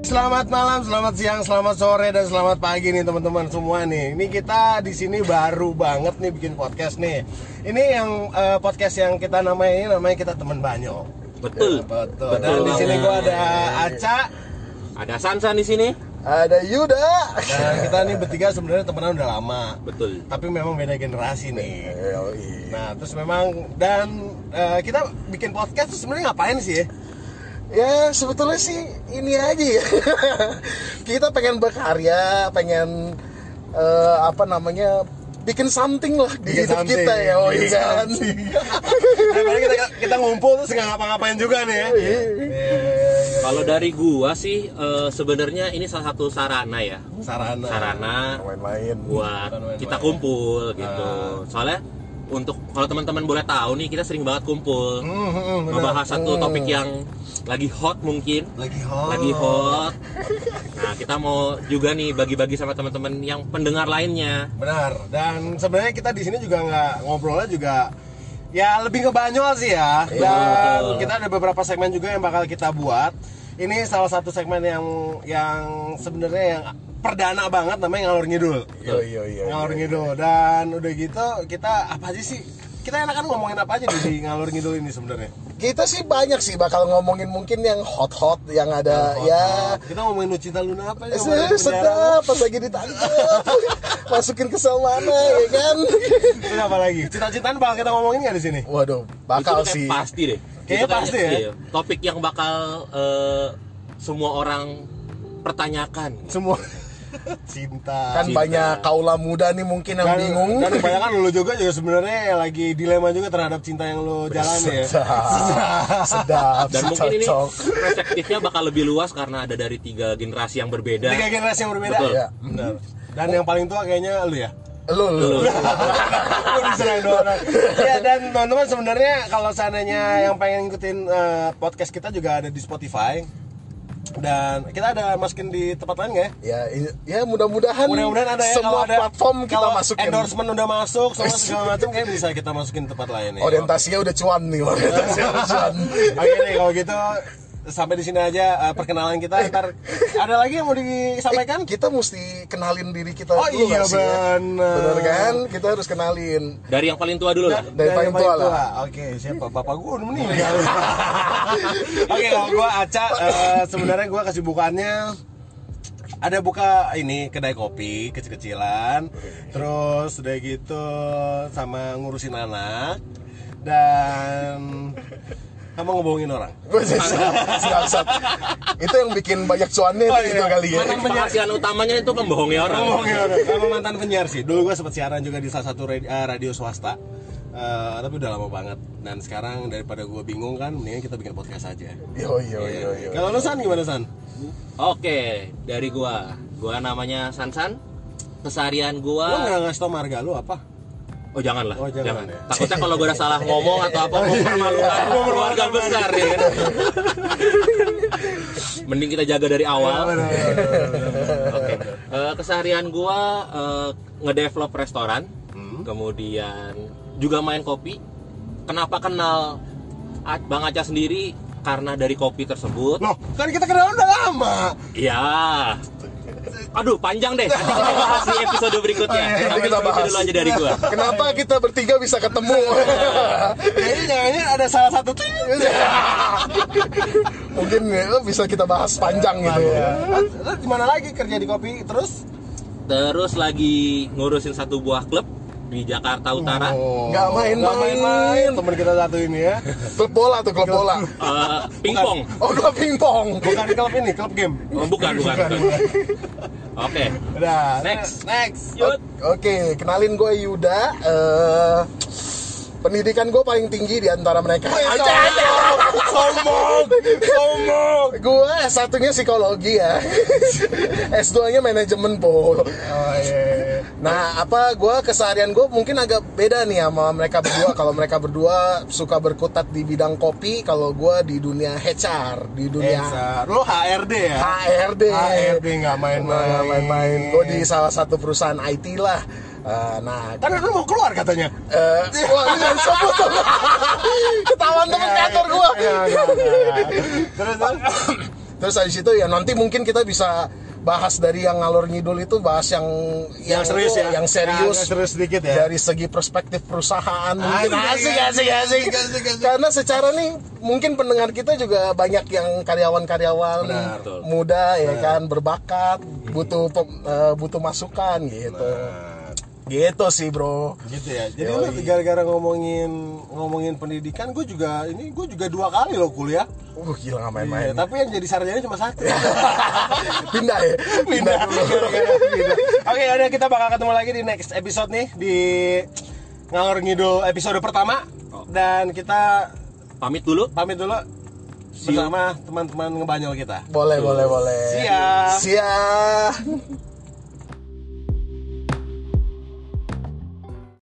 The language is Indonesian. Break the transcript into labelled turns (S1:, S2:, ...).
S1: selamat malam, selamat siang, selamat sore dan selamat pagi nih teman-teman semua nih. Ini kita di sini baru banget nih bikin podcast nih. Ini yang eh, podcast yang kita namanya ini namanya kita teman banyo.
S2: Betul.
S1: Betul. Dan di sini gua ada Aca,
S2: Ada Sansan di sini.
S3: Ada Yuda.
S1: Nah, kita nih bertiga sebenarnya temenan udah lama.
S2: Betul.
S1: Tapi memang beda generasi nih. Nah, terus memang dan eh, kita bikin podcast tuh sebenarnya ngapain sih? ya?
S3: Ya sebetulnya sih ini aja ya. Kita pengen berkarya, pengen eh, apa namanya bikin something lah di
S1: Bikin
S3: hidup
S1: Iya, something.
S3: kita ya. Oh
S1: Bikin
S3: iya kan.
S1: Daripada Nah, kita kita ngumpul terus nggak ngapa-ngapain juga nih ya. Iya, iya, iya.
S2: Kalau dari gua sih eh, sebenarnya ini salah satu sarana ya.
S1: Sarana.
S2: Sarana Iya,
S3: Main-main.
S2: buat kita kumpul gitu.
S1: Nah.
S2: Soalnya untuk kalau teman-teman boleh tahu nih kita sering banget kumpul
S1: Hmm, hmm, hmm, Oh. benar.
S2: membahas satu topik yang lagi hot mungkin.
S1: Lagi hot.
S2: Lagi hot. Nah, kita mau juga nih bagi-bagi sama teman-teman yang pendengar lainnya.
S1: Benar. Dan sebenarnya kita di sini juga nggak ngobrolnya juga ya lebih ke banyol sih ya. Dan kita ada beberapa segmen juga yang bakal kita buat. Ini salah satu segmen yang yang sebenarnya yang perdana banget namanya ngalur ngidul.
S3: Yo yo yo.
S1: ngalur ngidul dan udah gitu kita apa aja sih? Kita enakan ngomongin apa aja di, di ngalur ngidul ini sebenarnya?
S3: Kita sih banyak sih bakal ngomongin mungkin yang hot-hot yang ada ya.
S1: Kita ngomongin Lucinta Luna apa ya?
S3: Se- Eh, Sedap pas lagi ditangkap masukin ke mana ya kan
S1: Terus apa lagi? Cita-citaan bakal kita ngomongin nggak di sini?
S3: waduh bakal
S2: Itu kayak
S3: sih
S2: pasti deh
S1: Kayaknya
S2: Itu
S1: pasti ya?
S2: iya. topik yang bakal eh, semua orang pertanyakan
S1: Semua cinta. Kan
S3: kan
S2: Cinta.
S3: banyak kaula muda nih mungkin yang
S1: dan,
S3: bingung
S1: dan kebanyakan lu juga juga sebenarnya lagi dilema juga terhadap cinta yang lu jalani ya
S3: sedap sedap
S2: dan
S3: si
S2: mungkin ini
S3: cocok.
S2: perspektifnya bakal lebih luas karena ada dari tiga generasi yang berbeda
S1: tiga generasi yang berbeda
S2: Betul.
S3: Iya.
S1: benar dan yang paling tua kayaknya lu ya
S3: lu lu
S1: Lu diserang dua orang. ya dan teman-teman sebenarnya kalau seandainya yang pengen ngikutin eh, podcast kita juga ada di Spotify dan kita ada masukin di tempat lain nggak ya
S3: ya i- ya mudah-mudahan
S1: mudah-mudahan ada ya kalau
S3: semua
S1: ada-
S3: platform kita
S1: kalau
S3: masukin
S1: endorsement udah masuk semua segala macam kayak bisa kita masukin tempat lain ya
S3: Iya, orientasinya udah cuan nih
S1: Iya.
S3: orientasinya udah cuan
S1: Oke deh kalau gitu sampai di sini aja eh, perkenalan kita ntar ada lagi yang mau
S3: Eh,
S1: disampaikan
S3: kita mesti kenalin diri kita
S1: Oh
S3: dulu
S1: iya,
S3: nggak sih ya?
S1: bener.
S3: bener kan kita harus kenalin
S2: dari yang paling tua dulu Iya. lah
S3: dari paling tua lah.
S1: oke siapa bapak gue udah meninggal oke kalau gue Aca eh, sebenarnya gue kesibukannya ada buka ini kedai kopi kecil-kecilan terus udah gitu sama ngurusin anak dan sama ngebohongin orang
S3: Siap, siap. itu yang bikin banyak
S1: Iya.
S3: cuannya
S1: Oh,
S3: itu
S1: iya.
S3: itu kali ya
S2: Mantan penghasilan utamanya itu membohongi orang
S1: Emang Emang mantan penyiar sih. Dulu gue sempat siaran juga di salah satu radio, eh, radio swasta. Eh, tapi udah lama banget. Dan sekarang daripada gue bingung kan, mendingan kita bikin podcast aja.
S3: yo yo yo yo
S1: Kalau lu San gimana San?
S2: oke dari gua gua namanya Sansan keseharian
S1: Lu
S2: gua
S1: nggak ngasih tau marga lu apa?
S2: oh janganlah
S1: Oh, jangan ya.
S2: takutnya kalau gua udah salah ngomong atau apa mempermalukan keluarga besar ya kan mending kita jaga dari awal Oke. Eh, keseharian gua eh, ngedevelop restoran, kemudian juga main kopi. Kenapa kenal A- Bang Aca sendiri? Karena dari kopi tersebut.
S1: Loh, kan kita kenal udah lama.
S2: Ya. Aduh, panjang deh. Kita bahas di episode berikutnya.
S3: iya,
S2: Tapi
S3: nanti kita
S2: itu
S3: bahas.
S2: dulu aja dari gua.
S3: kenapa kita bertiga bisa ketemu
S1: Ah. Kayaknya jangannya ada salah satu tuh.
S3: mungkin ya, bisa kita bahas panjang gitu
S1: Lu di mana lagi kerja di kopi? Terus
S2: Terus lagi ngurusin satu buah klub di Jakarta Utara.
S1: Oh.
S3: Nggak
S1: nggak
S3: main-main.
S1: main-main. Temen kita satu ini ya.
S3: klub bola tuh klub bola
S2: Eh, pingpong.
S3: oh klub pingpong
S1: Bukan di klub ini, klub game.
S2: Oh, bukan, bukan. bukan. Oke.
S1: Udah.
S2: Next.
S1: Next.
S2: Yud.
S3: Oke, kenalin gue Yuda. eh pendidikan gue paling tinggi di antara mereka.
S1: Sombong. Sombong.
S3: Gue S1-nya eh, psikologi ya. S2-nya manajemen,
S1: Oh
S3: Po.
S1: iya.
S3: Nah, apa gue keseharian gue mungkin agak beda nih sama mereka berdua. Kalau mereka berdua suka berkutat di bidang kopi, kalau gue di dunia HR, di dunia
S1: Ezar. Iya. Lu HRD ya?
S3: HRD.
S1: HRD nggak main-main.
S3: Nggak Nah, main-main. Gue di salah satu perusahaan IT lah. Eh, nah,
S1: Kan lu mau keluar katanya.
S3: Eh, wah, lu jangan sebut dong. Ketahuan temen kantor gua.
S1: Iya, iya, iya. Terus terus.
S3: terus habis itu ya nanti mungkin kita bisa bahas dari yang ngalor ngidul itu bahas yang
S1: Yang serius ya?
S3: yang serius,
S1: Yang serius sedikit ya? Ah, iya,
S3: dari segi perspektif perusahaan mungkin
S1: Asik, asik, asik, asik, asik.
S3: karena secara nih mungkin pendengar kita juga banyak yang karyawan-karyawan
S1: Benar.
S2: Betul.
S3: muda ya kan berbakat butuh pem- eh, butuh masukan gitu
S1: Nah,
S3: gitu sih bro
S1: gitu ya jadi lu gara-gara ngomongin ngomongin pendidikan gue juga ini gue juga dua kali loh kuliah
S3: uh gila nggak
S1: Iya,
S3: main-main
S1: tapi yang jadi sarjana cuma satu
S3: Iya. pindah ya
S1: pindah dulu oke udah kita bakal ketemu lagi di next episode nih di ngalor ngidul episode pertama
S3: Oh.
S1: dan kita
S2: Pamit dulu.
S1: pamit dulu bersama teman-teman ngebanyol kita
S3: boleh boleh boleh
S1: See ya.
S3: siap